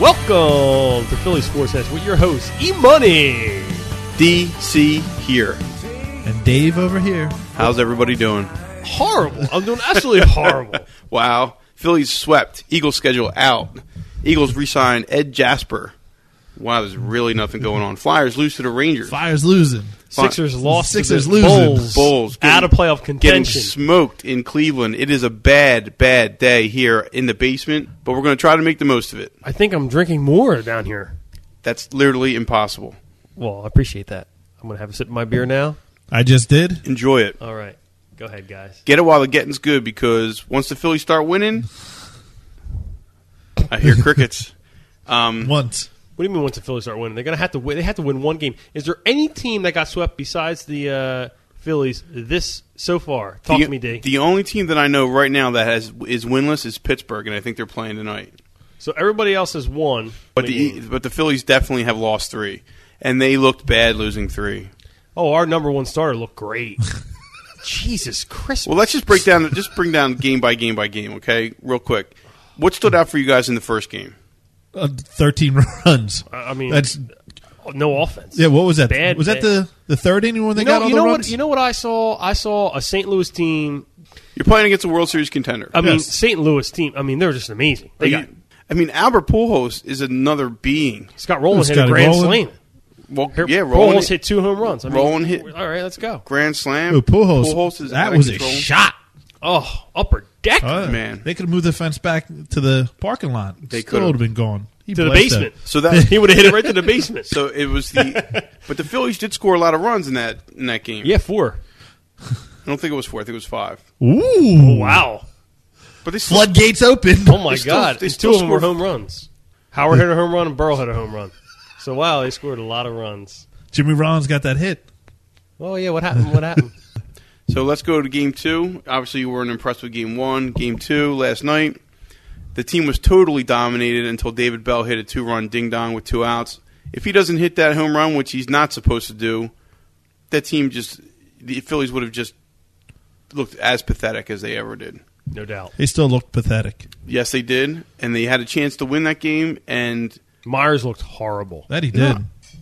Welcome to Philly Sports Edge with your host, E Money. DC here. And Dave over here. How's everybody doing? Horrible. I'm doing absolutely horrible. Wow. Phillies swept. Eagles schedule out. Eagles re-signed Ed Jasper. Wow, there's really nothing going on. Flyers lose to the Rangers. Fire's losing. Sixers lost. Sixers to the losing. Bulls. Bulls getting- out of playoff Getting contention. smoked in Cleveland. It is a bad, bad day here in the basement, but we're going to try to make the most of it. I think I'm drinking more down here. That's literally impossible. Well, I appreciate that. I'm gonna have a sip of my beer now. I just did. Enjoy it. All right, go ahead, guys. Get it while the getting's good because once the Phillies start winning, I hear crickets. Um, Once. What do you mean once the Phillies start winning, they're gonna have to win? They have to win one game. Is there any team that got swept besides the uh, Phillies this so far? Talk the, to me, D. The only team that I know right now that has is winless is Pittsburgh, and I think they're playing tonight. so everybody else has won. But the but the Phillies definitely have lost three, and they looked bad losing three. oh, our number one starter looked great. Jesus Christ! Well, let's just break down just bring down game by game by game, okay, real quick. What stood out for you guys in the first game? Uh, 13 runs. I I mean, That's Oh, no offense. Yeah, what was that? Bad was that day. the, the third inning when they You know, got all you the know runs? what? You know what I saw? I saw a St. Louis team. You're playing against a World Series contender. I mean, Yes. St. Louis team. I mean, they're just amazing. Uh, They Are got you- I mean, Albert Pujols is another being. Scott Rowland hit a Scotty grand Rowland. slam. Well, Here, yeah, rolling Rowland's hit two home runs. I mean, Rowland hit- All right, let's go. grand slam. Ooh, Pujols, is out that of was control. a shot. Oh, upper deck Uh, Man. They could have moved the fence back to the parking lot. They Still could've. would have been gone. He to the blessed basement. So that he would have hit it right to the basement. so it was the but the Phillies did score a lot of runs in that in that game. yeah, four. I don't think it was four. I think it was five. that. Ooh. Oh, Wow. But they still, Floodgates open. Oh my They still- God! they And still two of them were scored- home runs. Howard hit a home run and Burrow hit a home run. So wow, they scored a lot of runs. Jimmy Rollins got that hit. Oh yeah, what happened? What happened? So let's go to game two. Obviously, you weren't impressed with game one. Game two last night, the team was totally dominated until David Bell hit a two-run ding-dong with two outs. If he doesn't hit that home run, which he's not supposed to do, that team just the Phillies would have just looked as pathetic as they ever did. No doubt. They still looked pathetic. Yes, they did, and they had a chance to win that game. And Myers looked horrible. That he did.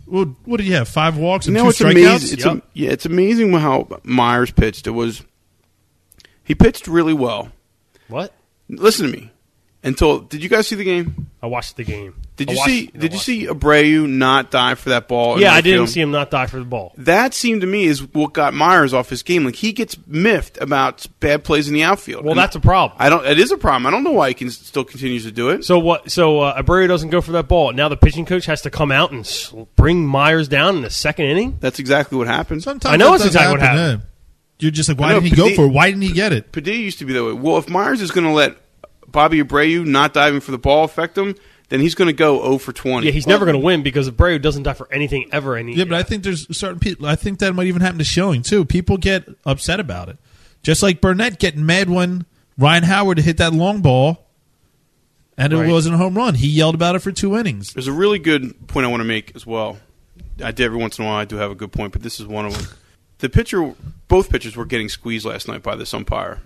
Well, what did he have? Five walks you and know two it's strikeouts? amazing. It's Yep. am- yeah, it's amazing how Myers pitched. It was he pitched really well. What? Listen to me. Until did you guys see the game? I watched the game. Did I you watched- see? I Did you watched- see Abreu not dive for that ball? in Yeah, right I didn't field? see him not die for the ball. That seemed to me is what got Myers off his game. Like he gets miffed about bad plays in the outfield. Well, And that's a problem. I don't. It is a problem. I don't know why he can still continues to do it. So what? So uh, Abreu doesn't go for that ball. Now the pitching coach has to come out and s- bring Myers down in the second inning. That's exactly what happened. Sometimes I know that it's does exactly what happen, happened. yeah. You're just like, why I know, didn't he but go the- for it? Why didn't he get it? Padilla used to be that way. Well, if Myers is going to let Bobby Abreu not diving for the ball affect him, then he's going to go 0 for 20. Yeah, he's never going to win because Abreu doesn't die for anything ever. And he, Yeah, but I think there's certain people. I think that might even happen to Schilling too. People get upset about it, just like Burnett getting mad when Ryan Howard hit that long ball, and Right. it wasn't a home run. He yelled about it for two innings. There's a really good point I want to make as well. I do every once in a while. I do have a good point, but this is one of them. The pitcher, both pitchers were getting squeezed last night by this umpire,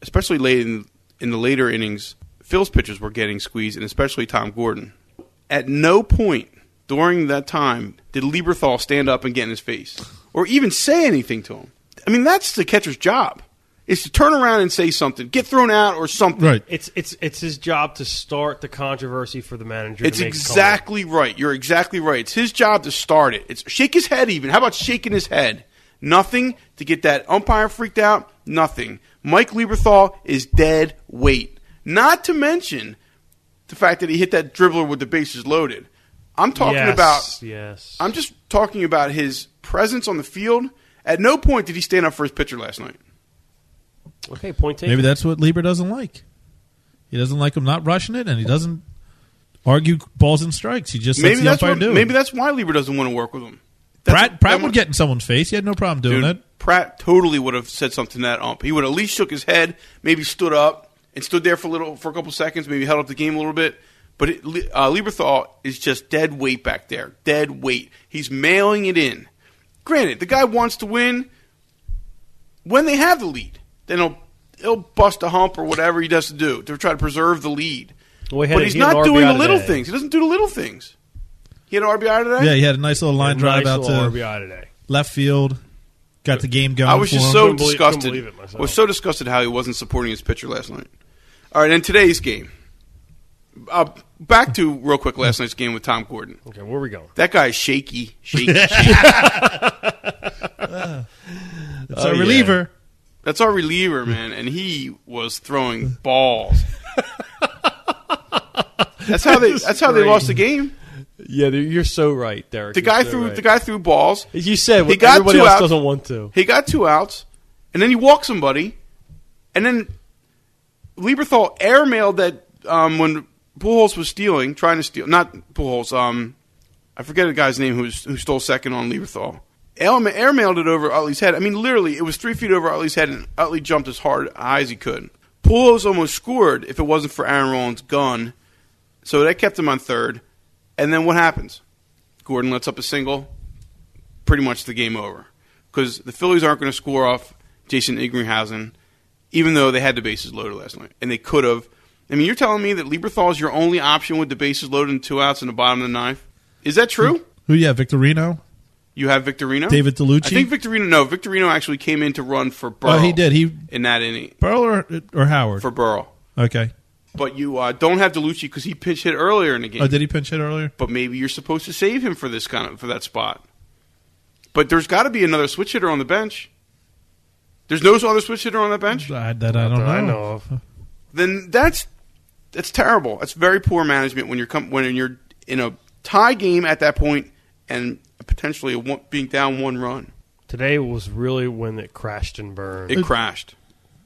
especially late in, in the later innings. Phil's pitchers were getting squeezed, and especially Tom Gordon. At no point during that time did Lieberthal stand up and get in his face, or even say anything to him. I mean, that's the catcher's job: is to turn around and say something, get thrown out, or something. Right. it's it's it's his job to start the controversy for the manager. It's to make a call. exactly right. You're exactly right. It's his job to start it. It's shake his head even. How about shaking his head? Nothing to get that umpire freaked out. Nothing. Mike Lieberthal is dead weight. Not to mention the fact that he hit that dribbler with the bases loaded. I'm talking Yes, about yes. I'm just talking about his presence on the field. At no point did he stand up for his pitcher last night. okay, point taken. Maybe that's what Lieber doesn't like. He doesn't like him not rushing it, and he doesn't argue balls and strikes. He just lets Maybe the that's umpire what, do. it. maybe that's why Lieber doesn't want to work with him. That's- Pratt. Pratt that would mu- get in someone's face. He had no problem doing Dude, it. Pratt totally would have said something to that ump. He would have at least shook his head, maybe stood up and stood there for a little for a couple seconds, maybe held up the game a little bit. But it, uh, Lieberthal is just dead weight back there, dead weight. He's mailing it in. Granted, the guy wants to win. When they have the lead, then he'll he'll bust a hump or whatever he does to do to try to preserve the lead. Well, he had But a- he's he had an not doing RBI the little today. things. He doesn't do the little things. He had an RBI today. Yeah, he had a nice little line drive nice out to little RBI today. left field. Got the game going. I was for just him. so Couldn't believe- couldn't disgusted. believe it myself. I was so disgusted how he wasn't supporting his pitcher last night. All right, and today's game. Uh, back to real quick last night's game with Tom Gordon. Okay, where are we going? That guy is shaky, shaky, shaky. It's a Oh, yeah. reliever. That's our reliever, man, and he was throwing balls. that's how they. That's how they lost the game. Yeah, dude, you're so right, Derek. The You're guy so threw. right. The guy threw balls. As you said, He he got everybody two else outs. doesn't want to. He got two outs, and then he walked somebody, and then Lieberthal airmailed that um, when Pujols was stealing, trying to steal, not Pujols, um, I forget the guy's name who, was, who stole second on Lieberthal. Ail- Airmailed it over Utley's head. I mean, literally, it was three feet over Utley's head, and Utley jumped as hard high as he could. Pujols almost scored if it wasn't for Aaron Rollins' gun, so that kept him on third. And then what happens? Gordon lets up a single, pretty much the game over because the Phillies aren't going to score off Jason Ingringhausen, even though they had the bases loaded last night and they could have. I mean, you're telling me that Lieberthal is your only option with the bases loaded and two outs in the bottom of the ninth. Is that true? Who you have? Victorino? You have Victorino, Hmm. David DeLucci? I think Victorino. No, Victorino actually came in to run for Burrow. Oh, he did. He in that inning Burl or, or Howard? for Burrow. okay. But you uh, don't have DeLucci because he pinch hit earlier in the game. Oh, did he pinch hit earlier? but maybe you're supposed to save him for this kind of for that spot. But there's got to be another switch hitter on the bench. There's no other switch hitter on the bench. I, that I don't know. that Uh-huh. I know of. Then that's that's terrible. That's very poor management when you're com- when you're in a tie game at that point and potentially a one, being down one run. Today was really when it crashed and burned. It crashed.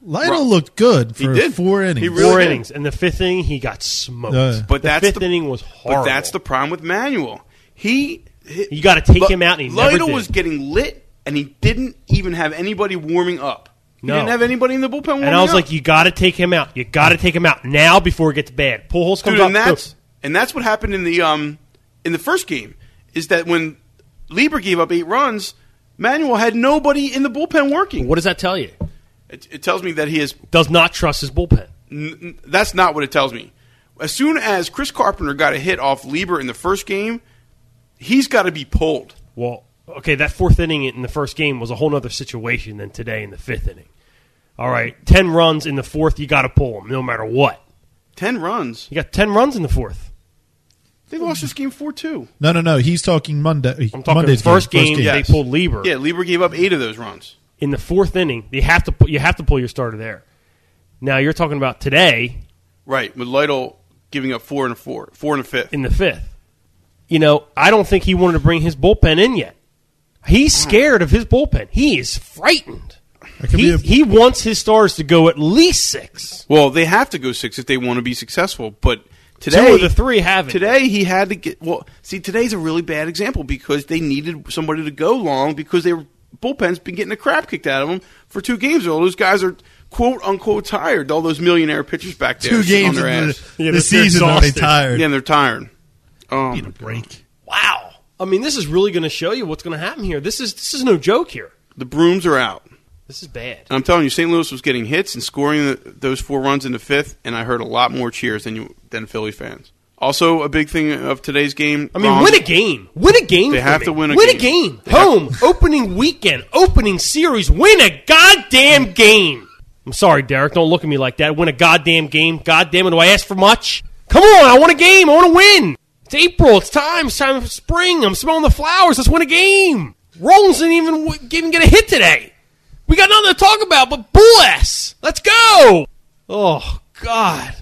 Lionel looked good He for did. four innings. He Four really did. innings, and the fifth inning he got smoked. Yeah. But the that's fifth the- inning was horrible. But that's the problem with Manuel. He, he You gotta take Li- him out, and he never Lidle did. was getting lit, and he didn't even have anybody warming up. He No. didn't have anybody in the bullpen. Warming And I was up. like, you got to take him out. You got to take him out now before it gets bad. Pujols comes dude, up. and that's and that's what happened in the um in the first game is that when Lieber gave up eight runs, Manuel had nobody in the bullpen boom. working. what does that tell you? It, it tells me that he is. Does not trust his bullpen. N- n- that's not what it tells me. As soon as Chris Carpenter got a hit off Lieber in the first game, he's got to be pulled. Well, okay, that fourth inning in the first game was a whole other situation than today in the fifth inning. All right, ten runs in the fourth, you got to pull him no matter what. Ten runs. You got ten runs in the fourth. They lost this game four two. no, no, no. He's talking Monday. I'm talking Monday's first game, game, yes. they pulled Lieber. Yeah, Lieber gave up eight of those runs. in the fourth inning, you have to pu- you have to pull your starter there. Now you're talking about today Right, with Lytle giving up four and a four, four and a fifth. in the fifth. You know, I don't think he wanted to bring his bullpen in yet. He's Hmm. scared of his bullpen. He is frightened. That could He, be a- he wants his stars to go at least six. Well, they have to go six if they want to be successful. But today, Two of the three haven't. Today he had to get well. See, today's a really bad example because they needed somebody to go long because their bullpen's been getting the crap kicked out of them for two games. All those guys are quote unquote tired. All those millionaire pitchers back there, two sitting on games their in the, ass. Yeah, the they're season are they exhausted. tired? Yeah, and they're tired. Oh, my God. break. Wow. I mean, this is really going to show you what's going to happen here. This is this is no joke here. the brooms are out. This is bad. And I'm telling you, St. Louis was getting hits and scoring the, those four runs in the fifth, and I heard a lot more cheers than you than Philly fans. Also, a big thing of today's game. I mean, Rom- win a game. Win a game. They for have me. to win a win game. a game. Home opening weekend, opening series. Win a goddamn game. I'm sorry, Derek. Don't look at me like that. Win a goddamn game. Goddamn it! Do I ask for much? Come on! I want a game. I want to win. It's April. It's time. It's time for spring. I'm smelling the flowers. Let's win a game. Rollins didn't even w- even get a hit today. We got nothing to talk about but bull ass. Let's go. Oh God.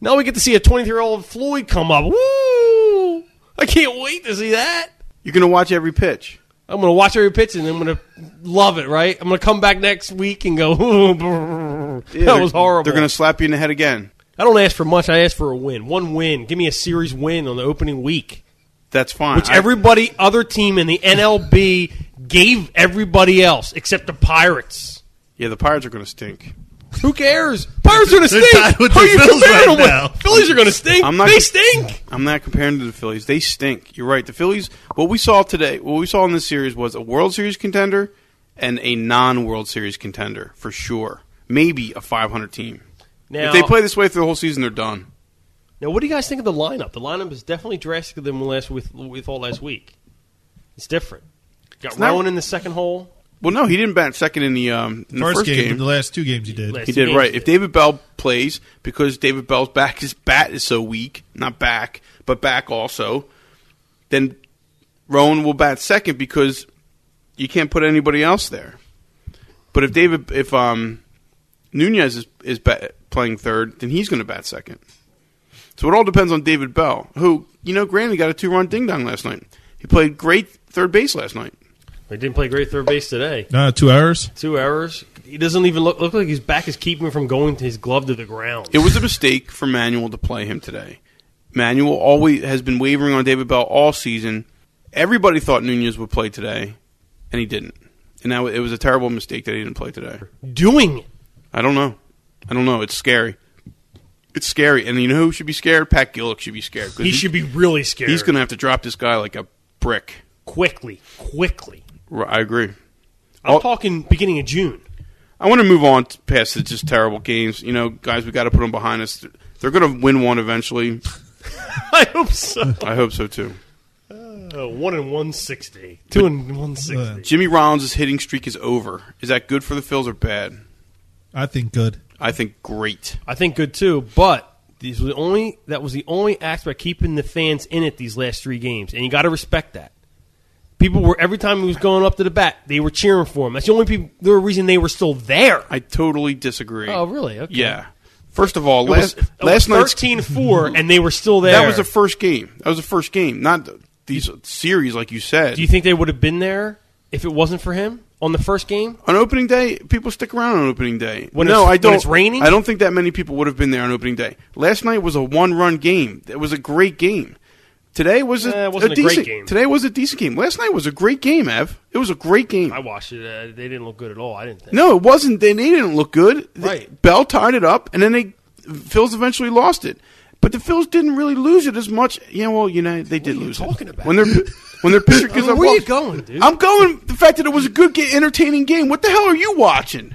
Now we get to see a 23 year old Floyd come up. Woo! I can't wait to see that. You're going to watch every pitch. I'm going to watch every pitch and I'm going to love it, right? I'm going to come back next week and go, "Ooh, brr." Yeah, that they're- was horrible. They're going to slap you in the head again. I don't ask for much. I ask for a win. One win. Give me a series win on the opening week, That's fine. which I- everybody, other team in the NLB gave everybody else except the Pirates. Yeah, the Pirates are going to stink. Who cares? Pirates are going to They're stink. tied with Who the are you Phillies comparing right them with? now. Phillies are going to stink. I'm not they gonna- stink. I'm not comparing to the Phillies. They stink. You're right. The Phillies. What we saw today, what we saw in this series, was a World Series contender and a non-World Series contender for sure. Maybe a 500 team. Now- if they play this way through the whole season, they're done. Now, what do you guys think of the lineup? The lineup is definitely drastically than last with we thought last week. It's different. Got not- Rowan in the second hole. Well, no, he didn't bat second in the, um, in the First, first game, game. the last two games you did. Last- He did Games right. did. If David Bell plays, because David Bell's back, his bat is so weak, not back, but back also, then Rowan will bat second because you can't put anybody else there. But if David, if um, Nunez is, is bat, playing third, then he's going to bat second. So it all depends on David Bell, who, you know, granted got a two run ding dong last night. He played great third base last night. He didn't play great third base today. Uh, two hours. Two errors. He doesn't even look look like his back is keeping him from going to his glove to the ground. It was a mistake for Manuel to play him today. Manuel always has been wavering on David Bell all season. Everybody thought Nunez would play today, and he didn't. And now it was a terrible mistake that he didn't play today. doing it. I don't know. I don't know. It's scary. It's scary. And you know who should be scared? Pat Gillick should be scared. 'cause He should be really scared. He's going to have to drop this guy like a brick. quickly, quickly. R- I agree. I'm Well- talking beginning of June. I want to move on t- past the just terrible games. You know, guys, we got to put them behind us. They're going to win one eventually. I hope so. I hope so too. Uh, one and one sixty. Two and one Uh, sixty. Jimmy Rollins' hitting streak is over. Is that good for the Phils or bad? I think good. I think great. I think good too, but these were the only that was the only aspect keeping the fans in it these last three games, and you got to respect that. People were every time he was going up to the bat, they were cheering for him. That's the only people, the reason they were still there. I totally disagree. Oh, really? Okay. Yeah. First of all, It was, last it last was night's 13-4, and they were still there. that was the first game. That was the first game, not the, these series like you said. Do you think they would have been there if it wasn't for him on the first game? on opening day, people stick around on opening day. When no, it's- I when don't. it's raining? I don't think that many people would have been there on opening day. Last night was a one-run game. It was a great game. Today was a, Eh, it wasn't a great decent game. Today was a decent game. Last night was a great game, Ev. It was a great game. I watched it. Uh, they didn't look good at all. I didn't think. No, it wasn't. They, they didn't look good. They- Right. Bell tied it up, and then they Phils eventually lost it. But the Phils didn't really lose it as much. Yeah, well, you know they did are you lose talking it. about? When their when their pitcher gives up, Where you walks- going, dude? I'm going. The fact that it was a good, ga- entertaining game. What the hell are you watching?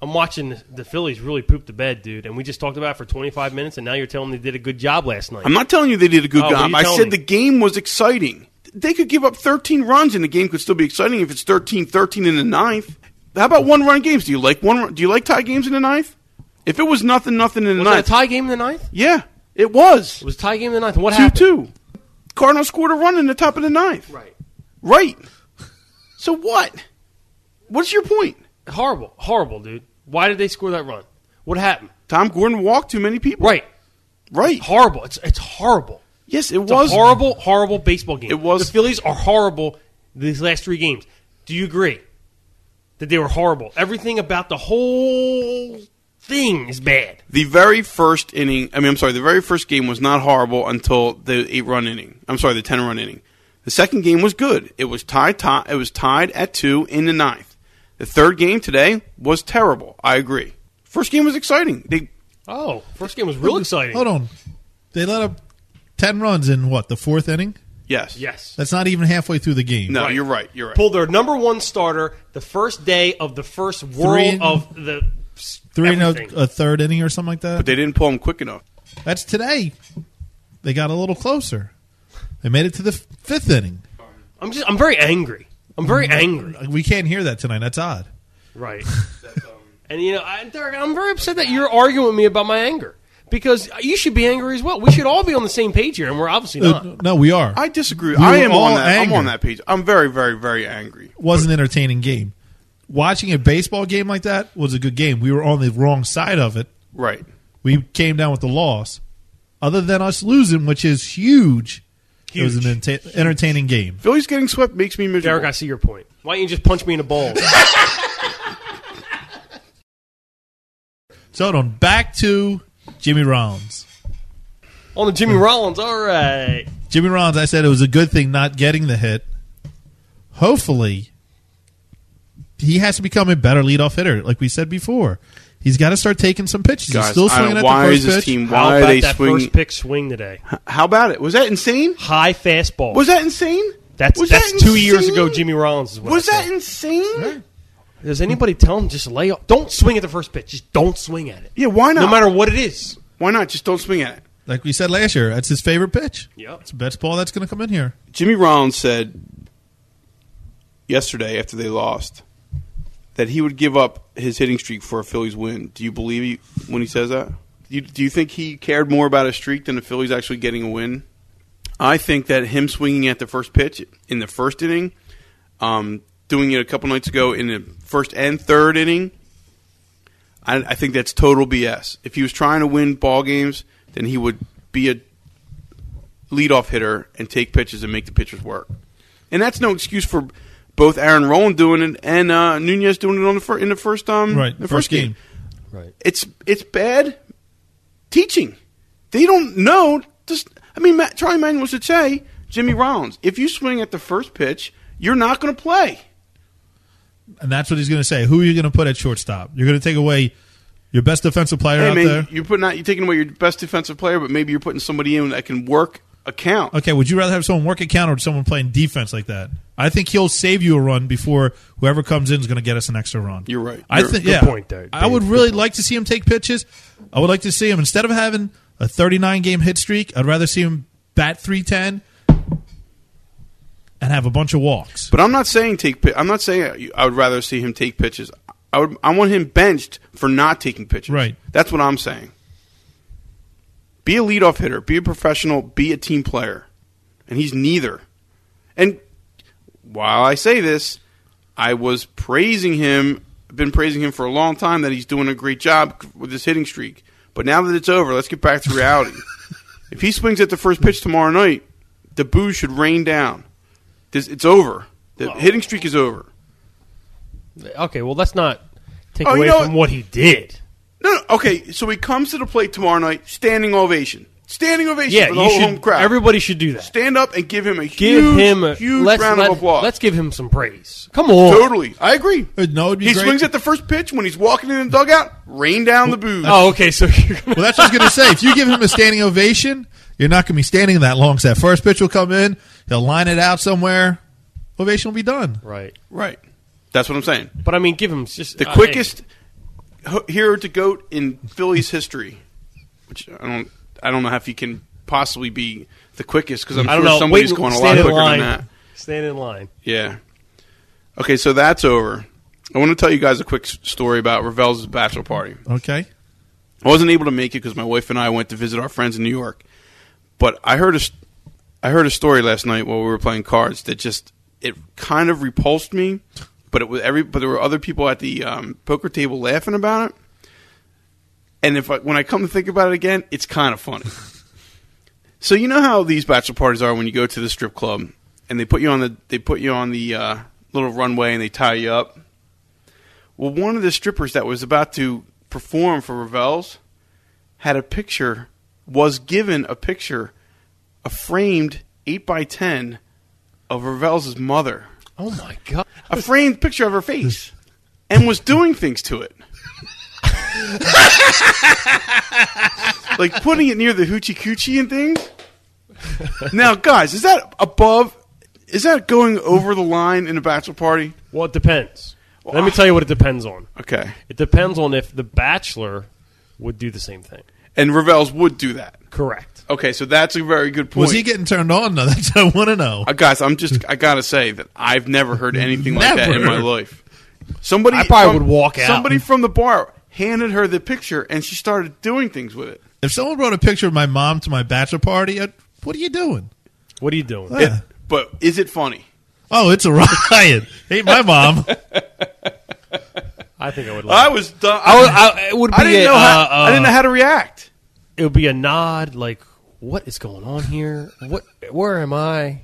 I'm watching the Phillies really poop the bed, dude. And we just talked about it for 25 minutes, and now you're telling me they did a good job last night. I'm not telling you they did a good Oh, what are job. you I telling said me? the game was exciting. They could give up 13 runs, and the game could still be exciting if it's 13-13 in the ninth. How about one run games? Do you like one? run- Do you like tie games in the ninth? If it was nothing, nothing in the was that a ninth, tie game in the ninth? yeah, it was. It was a tie game in the ninth. What two happened? two. Cardinals scored a run in the top of the ninth. Right. Right. So what? What's your point? Horrible. Horrible, dude. Why did they score that run? What happened? Tom Gordon walked too many people. Right. Right. Horrible. It's it's horrible. Yes, it It's was a horrible, horrible baseball game. It was- The Phillies are horrible these last three games. Do you agree that they were horrible? Everything about the whole thing is bad. The very first inning. I mean, I'm sorry. The very first game was not horrible until the eight run inning. I'm sorry, the ten run inning. The second game was good. It was tied. Tie, it was tied at two in the ninth. The third game today was terrible. I agree. First game was exciting. They Oh, first game was real exciting. Hold on. They let up 10 runs in what, the fourth inning? yes Yes. That's not even halfway through the game. No, you're right. You're right. pulled their number one starter the first day of the first world and- of the s- Three and everything. a, a third inning or something like that. But they didn't pull him quick enough. That's today. They got a little closer. They made it to the f- fifth inning. I'm just I'm very angry. I'm very angry. We can't hear that tonight. That's odd. Right. and you know, I, Derek, I'm very upset that you're arguing with me about my anger because you should be angry as well. We should all be on the same page here, and we're obviously not. Uh, no, we are. I disagree. We I were am all on that. angry. I'm on that page. I'm very, very, very angry. was an entertaining game. Watching a baseball game like that was a good game. We were on the wrong side of it. Right. We came down with the loss. Other than us losing, which is huge, it was an enta- entertaining game. Philly's getting swept makes me miserable. Derek, I see your point. Why don't you just punch me in the balls? So hold on back to Jimmy Rollins. on the Jimmy Rollins. All right. Jimmy Rollins, I said it was a good thing not getting the hit. Hopefully, he has to become a better leadoff hitter, like we said before. He's got to start taking some pitches. Guys, He's still I don't- swinging at why the is first this pitch. team? How Why are about they that swinging? first pick swing today? How about it? Was that insane? High fastball. Was that insane? that's was that's that two years insane? ago. Jimmy Rollins is what Was I said. that insane? Does anybody tell him just lay off? Don't swing at the first pitch. Just don't swing at it. Yeah. Why not? No matter what it is. Why not? Just don't swing at it. Like we said last year, that's his favorite pitch. Yep. It's the best ball that's going to come in here. Jimmy Rollins said yesterday after they lost that he would give up his hitting streak for a Phillies win. Do you believe he, when he says that? You, do you think he cared more about a streak than the Phillies actually getting a win? I think that him swinging at the first pitch in the first inning, um, doing it a couple nights ago in the first and third inning, I, I think that's total BS. If he was trying to win ball games, then he would be a leadoff hitter and take pitches and make the pitchers work. And that's no excuse for both Aaron Rowan doing it and uh, Nunez doing it on the fir- in the first um Right, the first first game. game. Right. It's it's bad teaching. They don't know. Just I mean, Matt, Charlie Manuel should say Jimmy Rollins. If you swing at the first pitch, you're not going to play. And that's what he's going to say. Who are you going to put at shortstop? You're going to take away your best defensive player Hey out man, there. you're putting out, you're taking away your best defensive player, but maybe you're putting somebody in that can work a count. Okay, would you rather have someone work a counter or someone playing defense like that? I think he'll save you a run before whoever comes in is going to get us an extra run. You're right. I You're- think good yeah. point there, I would really like to see him take pitches. I would like to see him instead of having a 39 game hit streak, I'd rather see him bat 310 and have a bunch of walks. But I'm not saying take. pi- I'm not saying I would rather see him take pitches. I would. I want him benched for not taking pitches. Right. That's what I'm saying. Be a leadoff hitter. Be a professional. Be a team player. And he's neither. And while I say this, I was praising him. Been praising him for a long time that he's doing a great job with his hitting streak. But now that it's over, let's get back to reality. if he swings at the first pitch tomorrow night, the booze should rain down. This, it's over. The hitting streak is over. Okay, well, let's not take Oh, you away know from what he did. No, no, okay. So he comes to the plate tomorrow night, standing ovation, standing ovation Yeah, for the you whole home should. crowd. Everybody should do that. stand up and give him a Give huge, him a huge let's, round let- of applause. Let's give him some praise. Come on. totally. I agree. Uh, no, it'd be he great. swings at the first pitch when he's walking in the dugout. Rain down the booze. Oh, okay. So you're gonna, Well, that's what I was going to say. If you give him a standing ovation, you're not going to be standing that long. So that first pitch will come in, he'll line it out somewhere, ovation will be done. right, right. That's what I'm saying. but I mean, give him just The uh, quickest ho- hero to goat in Phillies history, which I don't, I don't know if he can possibly be the quickest because I'm Hey, I don't sure know. Wait, somebody's going a lot stand in quicker line. than that. Stand in line. Yeah. Okay, so that's over. I want to tell you guys a quick s- story about Ravel's bachelor party. Okay. I wasn't able to make it because my wife and I went to visit our friends in New York. But I heard a, s- I heard a story last night while we were playing cards that just it kind of repulsed me. But it was every but there were other people at the um, poker table laughing about it. And if I, when I come to think about it again, it's kind of funny. so you know how these bachelor parties are when you go to the strip club and they put you on the they put you on the uh, little runway and they tie you up. Well, one of the strippers that was about to perform for Ravel's had a picture, was given a picture, a framed 8x10 of Ravel's mother, Oh my god! a framed picture of her face, and was doing things to it. like putting it near the hoochie coochie and things. Now, guys, is that above? Is that going over the line in a bachelor party? Well, it depends. Let me tell you what it depends on. Okay. It depends on if the bachelor would do the same thing. And Ravel's would do that. Correct. Okay, so that's a very good point. Was he getting turned on, though? That's what I want to know. Uh, guys, I'm just I gotta say that I've never heard anything like that in Never. my life. Somebody I probably would walk out. Somebody from the bar handed her the picture and she started doing things with it. If someone brought a picture of my mom to my bachelor party, I'd, what are you doing? What are you doing? Yeah. But is it funny? Oh, it's a riot. Hate my mom. I think I would. Like I was done. I I, would, I, it would be I didn't a, know how uh, uh, I didn't know how to react. It would be a nod, like, "What is going on here? What? Where am I?"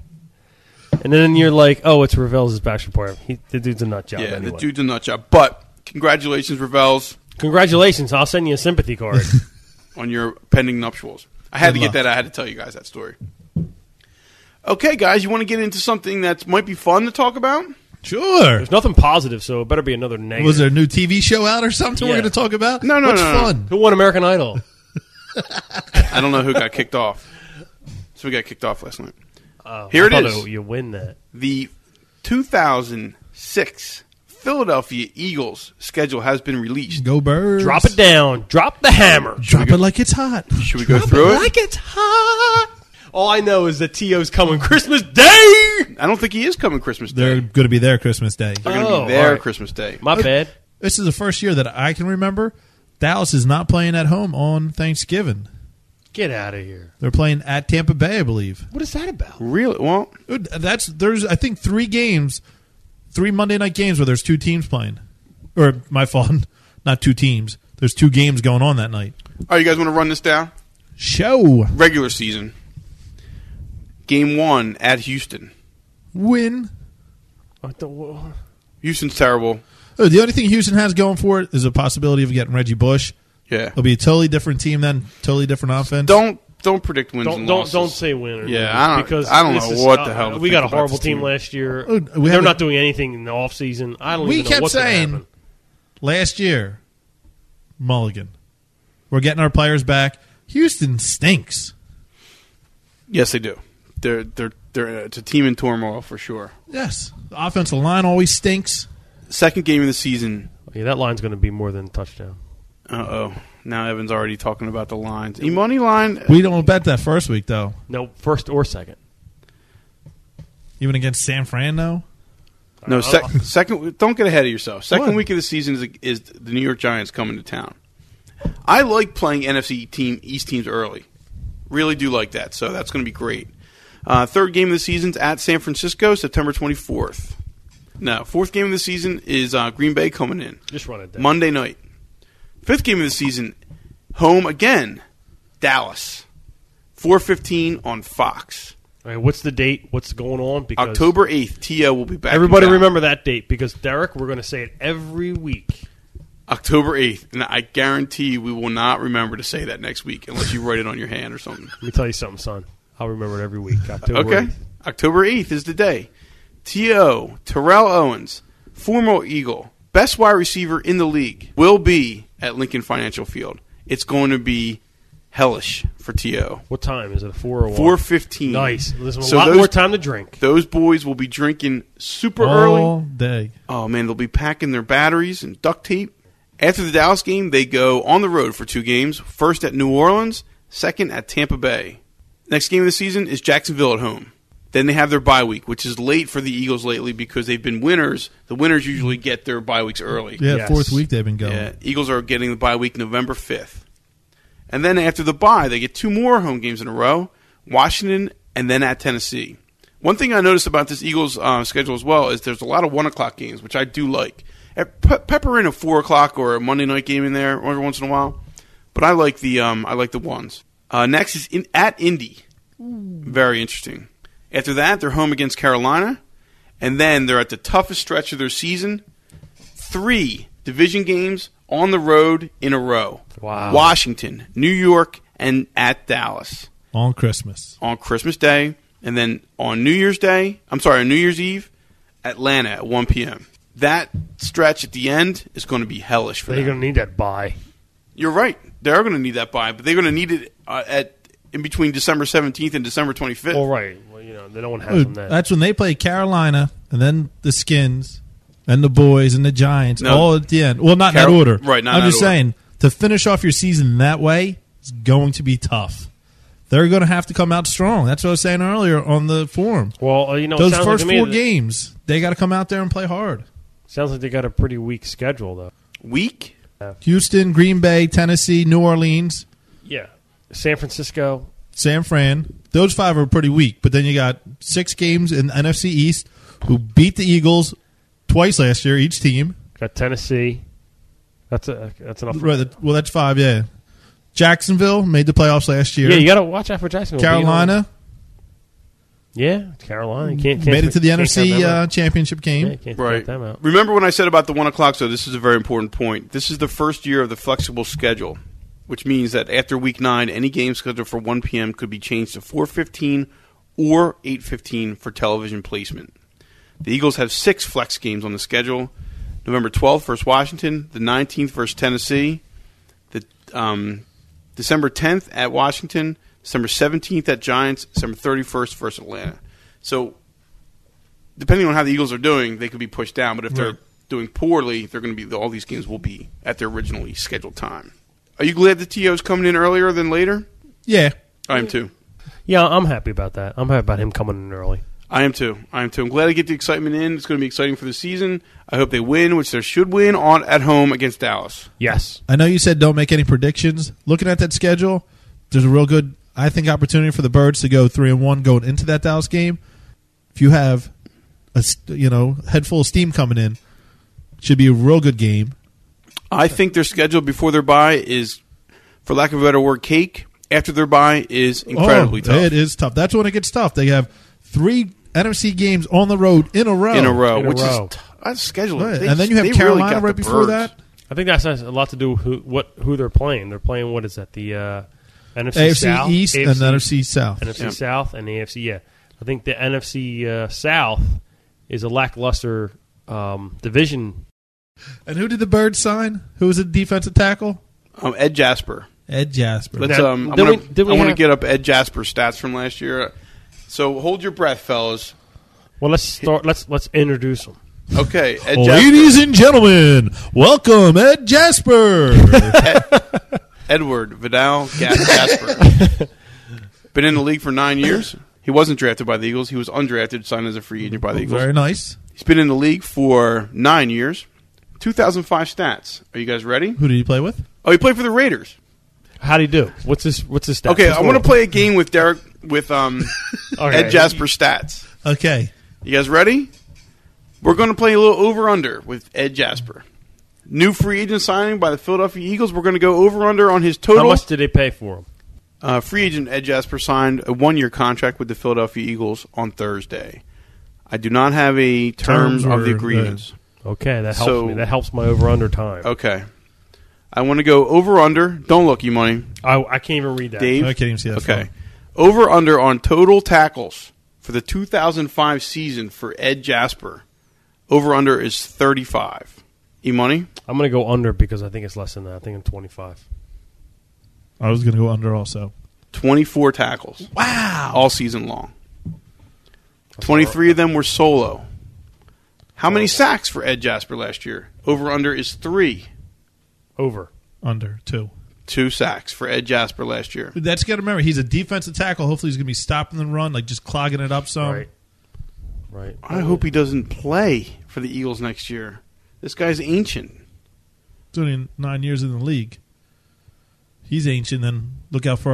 And then you're like, "Oh, it's Ravel's bachelor party. He, the dude's a nut job." Yeah, anyway. the dude's a nut job. But congratulations, Revels, Congratulations! I'll send you a sympathy card. on your pending nuptials. I had Good to get luck. that. I had to tell you guys that story. Okay, guys, you want to get into something that might be fun to talk about? Sure. There's nothing positive, so it better be another negative. Was there a new TV show out or something we're Yeah. going to talk about? No, no, What's no, no. fun? Who won American Idol? I don't know who got kicked off. So we got kicked off last night. Oh, Here I it thought is. You win that. the 2006 Philadelphia Eagles schedule has been released. Go birds. Drop it down. Drop the hammer. Drop it like it's hot. Should we go through it? Like it's hot. All I know is that T.O.'s coming Christmas Day. I don't think he is coming Christmas Day. They're going to be there Christmas Day. They're going to Oh, be there alright. Christmas Day. My bad. This is the first year that I can remember Dallas is not playing at home on Thanksgiving. Get out of here. They're playing at Tampa Bay, I believe. What is that about? really? Well, Dude, That's there's I think three games, three Monday night games where there's two teams playing, or my fault, not two teams. There's two games going on that night. all right, oh, you guys want to run this down? Show Regular season. Game one at Houston. win. What the- wha- Houston's terrible. Oh, the only thing Houston has going for it is a possibility of getting Reggie Bush. Yeah. It'll be a totally different team then, totally different offense. Don't don't predict wins Don't and don't losses. don't say winner. Yeah, I don't- because I don't this know is- what the uh, hell to we think got a about horrible this team team. last year. Oh, we They're haven't- not doing anything in the offseason. I don't. we even know kept what's gonna saying happen. Oh, last year, Mulligan, we're getting our players back. Houston stinks. Yes, they do. They're they're they're it's a team in turmoil for sure. Yes, the offensive line always stinks. Second game of the season. Yeah, that line's going to be more than a touchdown. Uh oh. Now Evan's already talking about the lines. E money line. We don't bet that first week though. No, first or second. Even against San Fran, though? No, sec- second. Don't get ahead of yourself. Second What? week of the season is, is the New York Giants coming to town. I like playing NFC team East teams early. Really do like that. So that's going to be great. Uh, third game of the season's at San Francisco, September twenty fourth. No, fourth game of the season is uh, Green Bay coming in Just run it down. Monday night. Fifth game of the season, home again, Dallas, four fteen on Fox. All right, what's the date? What's going on? Because October eighth, T.O. will be back. in Everybody town. remember that date because Derek, we're going to say it every week. October 8th, and I guarantee you we will not remember to say that next week unless you write it on your hand or something. Let me tell you something, son. I'll remember it every week. October Okay? 8th. October 8th is the day. T.O., Terrell Owens, former Eagle, best wide receiver in the league, will be at Lincoln Financial Field. It's going to be hellish for T.O. What time is it? Four or one? 415. Nice. Listen, a So lot those- more time Oh, to drink. Those boys will be drinking super early. All day. Oh man, they'll be packing their batteries and duct tape. After the Dallas game, they go on the road for two games. First at New Orleans, second at Tampa Bay. Next game of the season is Jacksonville at home. Then they have their bye week, which is late for the Eagles lately because they've been winners. The winners usually get their bye weeks early. Yeah, Yes. fourth week they've been going. Yeah, Eagles are getting the bye week November 5th. And then after the bye, they get two more home games in a row Washington and then at Tennessee. One thing I noticed about this Eagles uh, schedule as well is there's a lot of 1 o'clock games, which I do like. Eh, pe- Pepper in a 4 o'clock or a Monday night game in there every once in a while. But I like the um, I like the ones. Uh, next is in, at Indy. Very interesting. After that, they're home against Carolina, and then they're at the toughest stretch of their season three division games on the road in a row. Wow. Washington, New York, and at Dallas On Christmas. on Christmas Day, and then on New Year's Day. I'm sorry, on New Year's Eve, Atlanta at 1 p.m. That stretch at the end is going to be hellish for They're them. going to need that buy. You're right. They are going to need that bye, but they're going to need it uh, at in between December 17th and December 25th. All right. Well, you know, they don't have Dude, them then. that's when they play Carolina and then the Skins and the Boys and the Giants No. all at the end. Well, not in Carol- that order. right, not in I'm that just order. saying, to finish off your season that way is going to be tough. They're going to have to come out strong. That's what I was saying earlier on the forum. well, uh, you know, it Those sounds first like to me four that- games, they got to come out there and play hard. Sounds like they got a pretty weak schedule, though. Week? Houston, Green Bay, Tennessee, New Orleans, Yeah. San Francisco. San Fran. Those five are pretty weak, but then you got six games in the NFC East who beat the Eagles twice last year, each team. Got Tennessee. That's a that's enough. Right, that- well, that's five, yeah. Jacksonville made the playoffs last year. Yeah, you got to watch out for Jacksonville. Carolina Yeah, Carolina. You can't, can't made it to the can't count NFC them out. uh, championship game. Yeah, you can't Right. count them out. Remember when I said about the one o'clock? So this is a very important point. This is the first year of the flexible schedule, which means that after week nine, any game scheduled for one p.m. could be changed to four fifteen or eight fifteen for television placement. The Eagles have six flex games on the schedule: November twelfth versus Washington, the nineteenth versus Tennessee, the um, December 10th at Washington, December 17th at Giants, December 31st versus Atlanta. So, depending on how the Eagles are doing, they could be pushed down. But if they're Right. doing poorly, they're going to be all these games will be at their originally scheduled time. Are you glad the TO is coming in earlier than later? Yeah. I am too. Yeah, I'm happy about that. I'm happy about him coming in early. I am too. I am too. I'm glad I get the excitement in. It's going to be exciting for the season. I hope they win, which they should win on at home against Dallas. Yes. I know you said don't make any predictions. Looking at that schedule, there's a real good, I think, opportunity for the Birds to go three and one going into that Dallas game. If you have a s- you know head full of steam coming in, should be a real good game. I think their schedule before their bye is, for lack of a better word, cake. After their bye is incredibly Oh, tough It is tough. That's when it gets tough. They have three NFC games on the road in a row. in a row, In a which row. is t- that's schedule. Right. They- and then you they have really Carolina got right the before birds. that. I think that's has a lot to do with who, what who they're playing. They're playing what is that? The uh, NFC AFC South, East and NFC South. NFC Yeah. South, and the AFC. Yeah, I think the NFC uh, South is a lackluster um, division. And who did the Birds sign? Who was a defensive tackle? Um, Ed Jasper. Ed Jasper. Let's. Now, um, did I'm gonna, we- did we I want to have- get up Ed Jasper's stats from last year. So hold your breath, fellas. Well, let's start. Let's let's introduce them. Okay, Ed Jasper, Ladies and gentlemen, welcome Ed Jasper. Edward Vidal Ga- Jasper. Been in the league for nine years. He wasn't drafted by the Eagles. He was undrafted, signed as a free agent by the Eagles. Very nice. He's been in the league for nine years. 2005 stats. Are you guys ready? Who did he play with? Oh, he played for the Raiders. How do you do? What's this? What's this? Stats? Okay, What's I going want to play a game with Derek with um, on? All Ed right. Jasper stats. Okay. You guys ready? We're going to play a little over under with Ed Jasper. New free agent signing by the Philadelphia Eagles. We're going to go over under on his How total. much did they pay for him? Uh, free agent Ed Jasper signed a one year contract with the Philadelphia Eagles on Thursday. I do not have a terms, Terms of the were- agreements. Okay, that helps So- me. That helps my over under time. Okay. I want to go over under. Don't look, you money. I, I can't even read that. Dave. I can't even see that Okay. far. Over under on total tackles for the 2005 season for Ed Jasper. Over under is 35. E money? I'm going to go under because I think it's less than that. I think I'm 25. I was going to go under also. 24 tackles Wow. all season long. 23 of them were solo. How many sacks for Ed Jasper last year? Over under is 3. Over. Under two. 2 sacks for Ed Jasper last year. That's got to remember. He's a defensive tackle. Hopefully, he's going to be stopping the run, like just clogging it up some. right. Right. I hope he doesn't play for the Eagles next year. This guy's ancient. Doing nine years in the league. He's ancient. Then look out for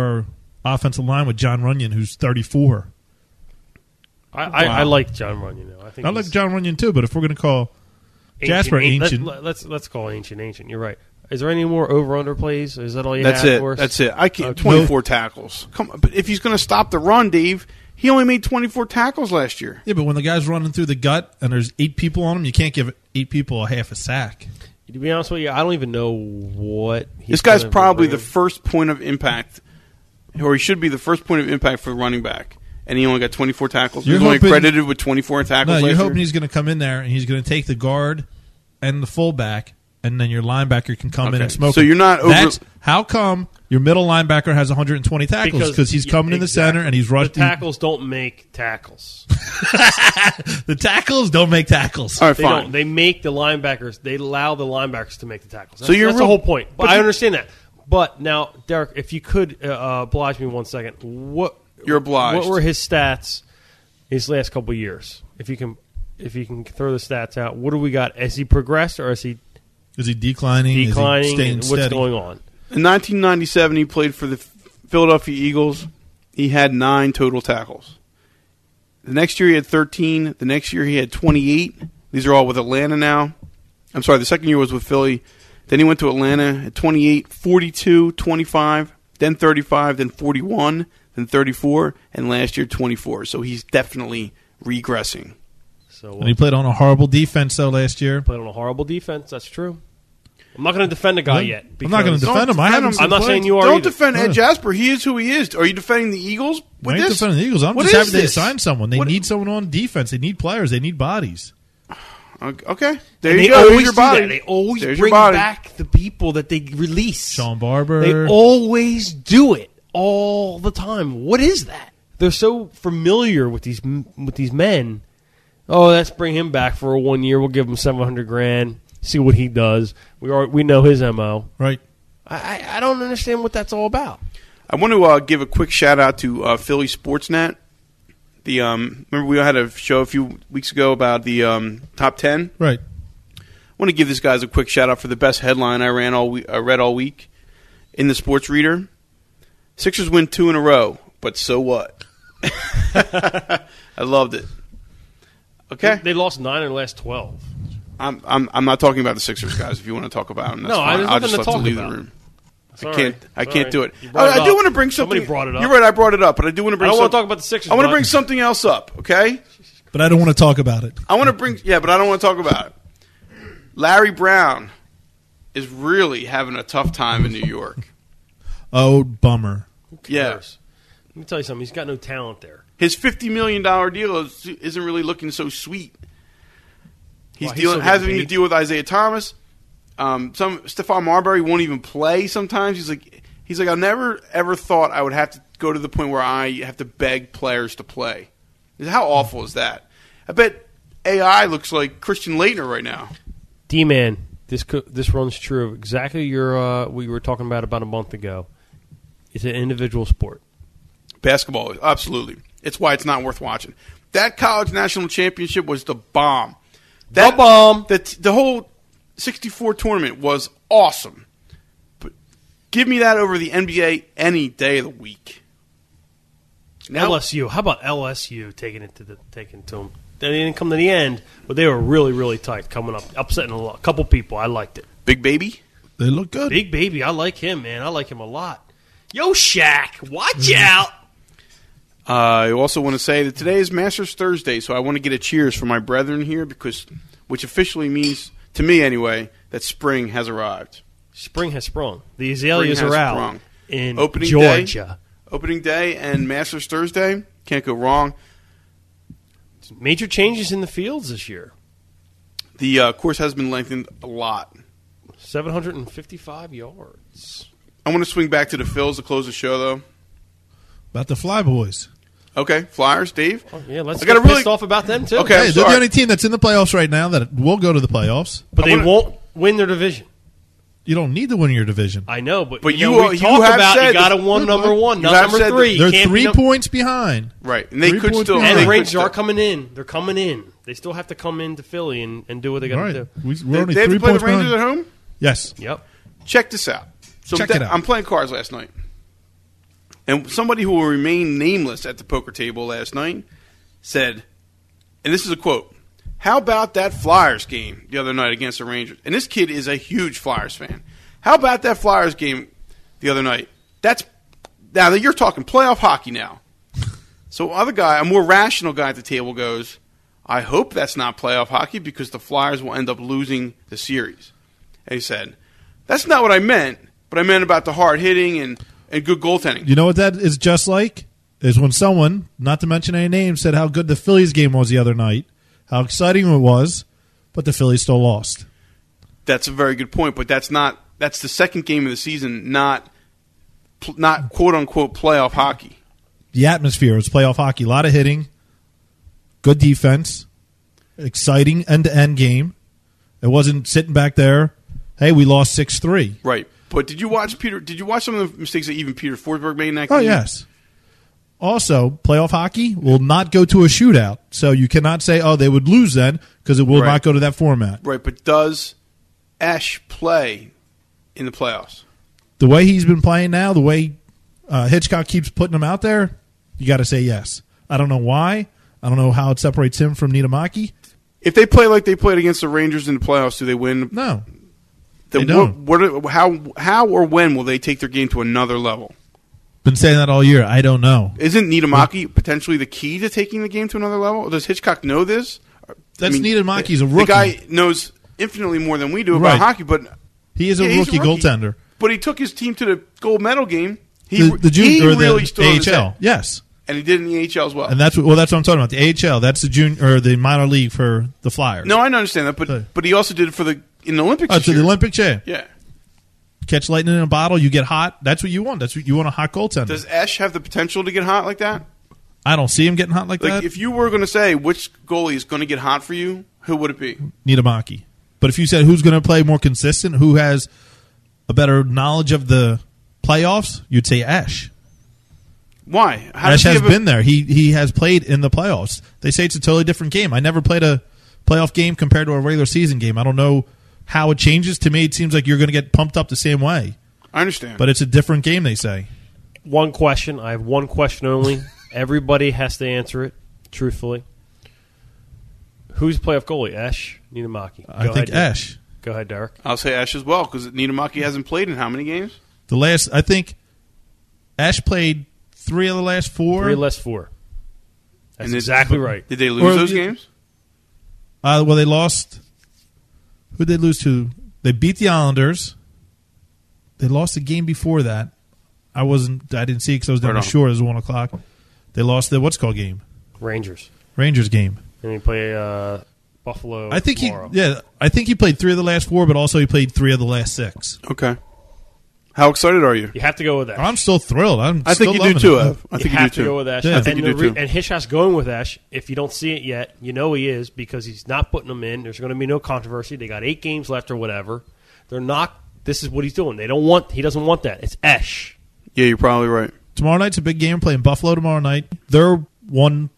our offensive line with John Runyon, who's thirty-four. I, I, I Wow. like John Runyon. You know, I think I like he's John Runyon too, but if we're going to call Jasper an- let- ancient. Let, us let's call ancient ancient. You're right. Is there any more over under plays? Is that all you That's have it. for us? That's it. I can't. Okay. Twenty four tackles. Come on, but if he's going to stop the run, Dave, he only made twenty four tackles last year. Yeah, but when the guy's running through the gut and there's eight people on him, you can't give eight people a half a sack. To be honest with you, I don't even know what he's this guy's gonna probably the bring. first point of impact, or he should be the first point of impact for the running back, and he only got twenty four tackles. he You're was only hoping- credited with twenty four No, tackles. you're last hoping year. he's going to come in there and he's going to take the guard and the fullback, and then your linebacker can come in Okay. and smoke. So him. you're not over- That's how come your middle linebacker has 120 tackles because he's yeah, coming in the exactly. center and he's rushing. The tackles don't make tackles. the tackles don't make tackles. All right, They fine. don't. They make the linebackers. They allow the linebackers to make the tackles. That's, So you're that's real- the whole point. But but I you- understand that. But now, Derek, if you could uh, uh, oblige me one second, what You're obliged. What were his stats his last couple of years? If you can, if you can throw the stats out, what do we got? Has he progressed or is he Is he declining? Is he declining? staying And what's steady? going on? In nineteen ninety seven, he played for the Philadelphia Eagles. He had nine total tackles. The next year he had 13. The next year he had 28. These are all with Atlanta now. I'm sorry, the second year was with Philly. Then he went to Atlanta at 28, 42, 25, then 35, then 41, then 34, and last year 24. So he's definitely regressing. So And uh, he played on a horrible defense though last year. played on a horrible defense. That's true. I'm not going to defend a guy I'm- yet. I'm not gonna because- defend him. I haven't I'm not seen saying you are. Don't either. defend Ed No. Jasper. He is who he is. Are you defending the Eagles with I ain't this? defending the Eagles. I'm What just is happy they this? signed someone. They What- need someone on defense. They need players. They need bodies. Okay, there And you they go. There's always your do that. body. They always There's your bring body. back the people that they release. Sean Barber. They always do it all the time. What is that? They're so familiar with these with these men Oh, let's bring him back for a one year. We'll give him seven hundred grand. See what he does. We are we know his mo. Right. I, I I don't understand what that's all about. I want to uh, give a quick shout out to uh, Philly Sportsnet. The um, remember we had a show a few weeks ago about the um, top ten. Right. I want to give this guys a quick shout out for the best headline I ran all we- I read all week in the Sports Reader. Sixers win two in a row, but so what? I loved it. Okay, They lost nine in the last twelve. I'm, I'm I'm not talking about the Sixers guys. If you want to talk about them, that's No, fine. there's I'll nothing just to have to talk leave about. the room. Sorry. I can't. I Sorry. can't do it. You brought I, it I do up. want to bring something. Somebody brought it up. You're right. I brought it up, but I do want to bring. I don't wanna some- talk about the Sixers, I want to bud. bring something else up. Okay. But I don't want to talk about it. I want to bring. Yeah, but I don't want to talk about it. Larry Brown is really having a tough time in New York. Oh, bummer. Yeah, Yes. Let me tell you something. He's got no talent there. his fifty million dollar deal is, isn't really looking so sweet. He's Wow, he's dealing still getting having to paid. deal with Isaiah Thomas. Um, some Stephon Marbury won't even play sometimes. He's like he's like I never ever thought I would have to go to the point where I have to beg players to play. How awful is that? I bet AI looks like Christian Leitner right now. D man, this co- this runs true of exactly your uh, what you were talking about about a month ago. It's an individual sport. Basketball, is absolutely. It's why it's not worth watching. That college national championship was the bomb. That, bomb. The, the whole 64 tournament was awesome. But give me that over the NBA any day of the week. Now, LSU. How about LSU taking it to the taking to them? They didn't come to the end, but they were really really tight coming up, upsetting a, lot, couple people. I liked it. Big Baby? They look good. Big baby, I like him, man. I like him a lot. Yo, Shaq, watch out. Uh, I also want to say that today is Masters Thursday, so I want to get a cheers for my brethren here because, which officially means, to me anyway, that spring has arrived. Spring has sprung. The azaleas has are out sprung. in Opening Georgia. Opening day and Masters Thursday can't go wrong. Major changes in the fields this year. The uh, course has been lengthened a lot. Seven hundred and fifty-five yards. I want to swing back to the Phils to close the show, though. About the Fly Boys. Okay, Flyers, Dave. Oh, yeah, let's I get gotta really- pissed off about them too. Okay. Hey, I'm they're sorry. the only team that's in the playoffs right now that will go to the playoffs. but I they wanna- won't win their division. You don't need to win your division. I know, but, But you, you know, are- we you talk have about said you got to that- one number one, have not number said that three. You They're can't three be num- points behind. Right, and they Three could points still. behind. they And could the Rangers still- are coming in. They're coming in. They still have to come in to Philly and, and do what they got All to right. do. We, we're They, only they have three to play the points Rangers behind. at home. Yes. Yep. Check this out. So Check that- it out. I'm playing cards last night, and somebody who will remain nameless at the poker table last night said, and this is a quote: "How about that Flyers game the other night against the Rangers?" And this kid is a huge Flyers fan. How about that Flyers game the other night? That's now that you're talking playoff hockey now. So other guy, a more rational guy at the table goes, I hope that's not playoff hockey because the Flyers will end up losing the series. And he said, That's not what I meant, but I meant about the hard hitting and, and good goaltending. You know what that is just like? Is when someone, not to mention any names, said how good the Phillies game was the other night, how exciting it was, but the Phillies still lost. That's a very good point, but that's not that's the second game of the season, not pl- not quote unquote playoff hockey. The atmosphere was playoff hockey. A lot of hitting, good defense, exciting end to end game. It wasn't sitting back there, hey, we lost 6 3. Right. But did you watch Peter did you watch some of the mistakes that even Peter Forsberg made in that Oh, game? yes. Also, playoff hockey will not go to a shootout. So you cannot say, oh, they would lose then because it will Right. not go to that format. Right, but does Ash play in the playoffs? the way he's been playing now, the way uh, Hitchcock keeps putting him out there, you got to say yes. I don't know why. I don't know how it separates him from Nitamaki. If they play like they played against the Rangers in the playoffs, do they win? No, Then they don't. What, what, how, how or when will they take their game to another level? been saying that all year. I don't know. Isn't Nitamaki potentially the key to taking the game to another level? Does Hitchcock know this? That's Nietemaki's a The rookie. guy knows infinitely more than we do about Right. hockey, but He is a Yeah, he's rookie goaltender. But he took his team to the gold medal game. He, The, the junior he or the really stood on his AHL, head. yes, and he did in the AHL as well. and that's what, well. That's what I'm talking about. The AHL, that's the junior or the minor league for the Flyers. no, I understand that, but Sorry. but he also did it for the in the Olympics. oh, this to the year. Olympic chair. yeah. Catch lightning in a bottle, you get hot. That's what you want. That's what you want a hot goaltender. Does Ash have the potential to get hot like that? I don't see him getting hot like, Like, that. if you were going to say which goalie is going to get hot for you, who would it be? Nidamaki. But if you said who's going to play more consistent, who has a better knowledge of the playoffs, you'd say Ash. Why? How does Ash he has have a- been there. He he has played in the playoffs. They say it's a totally different game. I never played a playoff game compared to a regular season game. I don't know how it changes. To me, it seems like you're going to get pumped up the same way, I understand. but it's a different game. They say. One question. I have one question only. Everybody has to answer it truthfully. Who's the playoff goalie? Ash Ninamaki. I think Ash. Go ahead, Derek. I'll say Ash as well because Niedermaki hasn't played in how many games? The last, I think, Ash played three of the last four. Three less four. That's And it- exactly right. Did they lose Or- those games? Uh, well, they lost. Who did they lose to? They beat the Islanders. They lost a game before that. I wasn't. I didn't see because I was down Right the on. shore. It was one o'clock. They lost the what's it called game, Rangers. Rangers game. And they play uh, Buffalo. I think tomorrow. he. Yeah, I think he played three of the last four, but also he played three of the last six. Okay. How excited are you? You have to go with Ash. I'm still thrilled. I'm. I think you still do loving too, it. Ev. I you think you, have do to go too. with Ash. Yeah, I and think you the do too. And Hitchcock's going with Ash. If you don't see it yet, you know he is because he's not putting them in. There's going to be no controversy. They got eight games left or whatever. They're not. This is what he's doing. They don't want. He doesn't want that. It's Ash. Yeah, you're probably right. Tomorrow night's a big game. Playing Buffalo tomorrow night. They're one.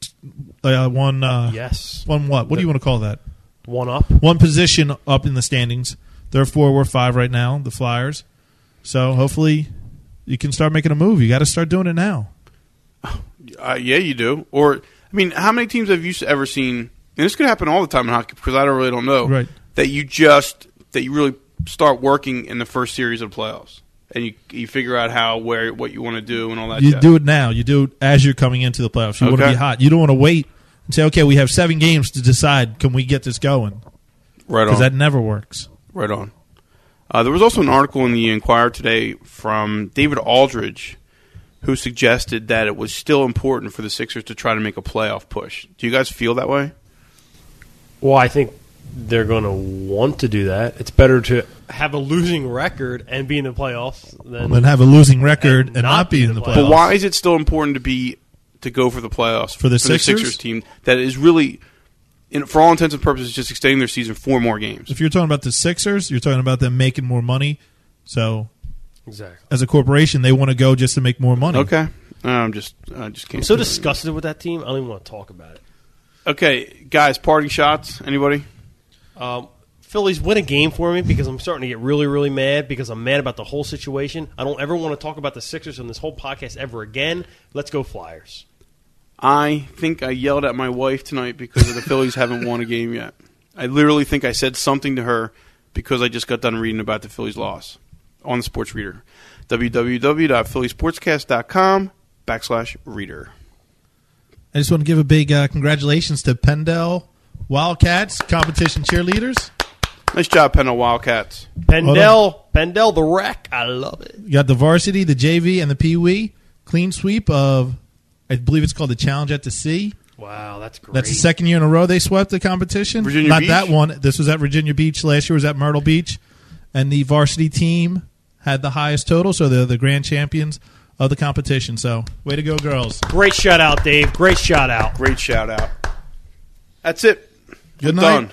Uh, one. Uh, Yes. One what? What do you want to call that? One up. one position up in the standings. Therefore, we're five right now, the Flyers. So hopefully, you can start making a move. You got to start doing it now. Uh, yeah, you do. Or I mean, how many teams have you s- ever seen? And this could happen all the time in hockey because I don't really don't know. Right. That you just that you really start working in the first series of the playoffs, and you you figure out how where what you want to do and all that. You jazz. do it now. You do it as you're coming into the playoffs. You want to Okay. be hot. You don't want to wait and say, "Okay, we have seven games to decide. Can we get this going?" right Because on. that never works. Right on. Uh, there was also an article in the Enquirer today from David Aldridge, who suggested that it was still important for the Sixers to try to make a playoff push. Do you guys feel that way? Well, I think they're going to want to do that. It's better to have a losing record and be in the playoffs than Then have a losing record and, And not, be in the playoffs. But why is it still important to be to go for the playoffs For the Sixers? team that is really, in, for all intents and purposes, just extending their season four more games? If you're talking about the Sixers, you're talking about them making more money. So exactly. as a corporation, they want to go just to make more money. Okay, I'm just I just can't. I'm so do it. disgusted with that team. I don't even want to talk about it. Okay, guys, parting shots. Anybody? Um, Phillies win a game for me because I'm starting to get really, really mad because I'm mad about the whole situation. I don't ever want to talk about the Sixers on this whole podcast ever again. Let's go Flyers. I think I yelled at my wife tonight because the Phillies haven't won a game yet. I literally think I said something to her because I just got done reading about the Phillies loss on the Sports Reader. www.phillysportscast.com backslash reader. I just want to give a big uh, congratulations to Pendel Wildcats competition cheerleaders. Nice job, Pendle Wildcats. Pendel, Pendel the wreck. I love it. You got the varsity, the JV, and the Pee Wee. Clean sweep of, I believe it's called the Challenge at the Sea. Wow, that's great. That's the second year in a row they swept the competition. Virginia Not Beach? that one. This was at Virginia Beach. Last year was at Myrtle Beach. And the varsity team had the highest total, so they're the grand champions of the competition. So, way to go, girls. great shout out, Dave. Great shout out. Great shout out. That's it. Good We're night. done.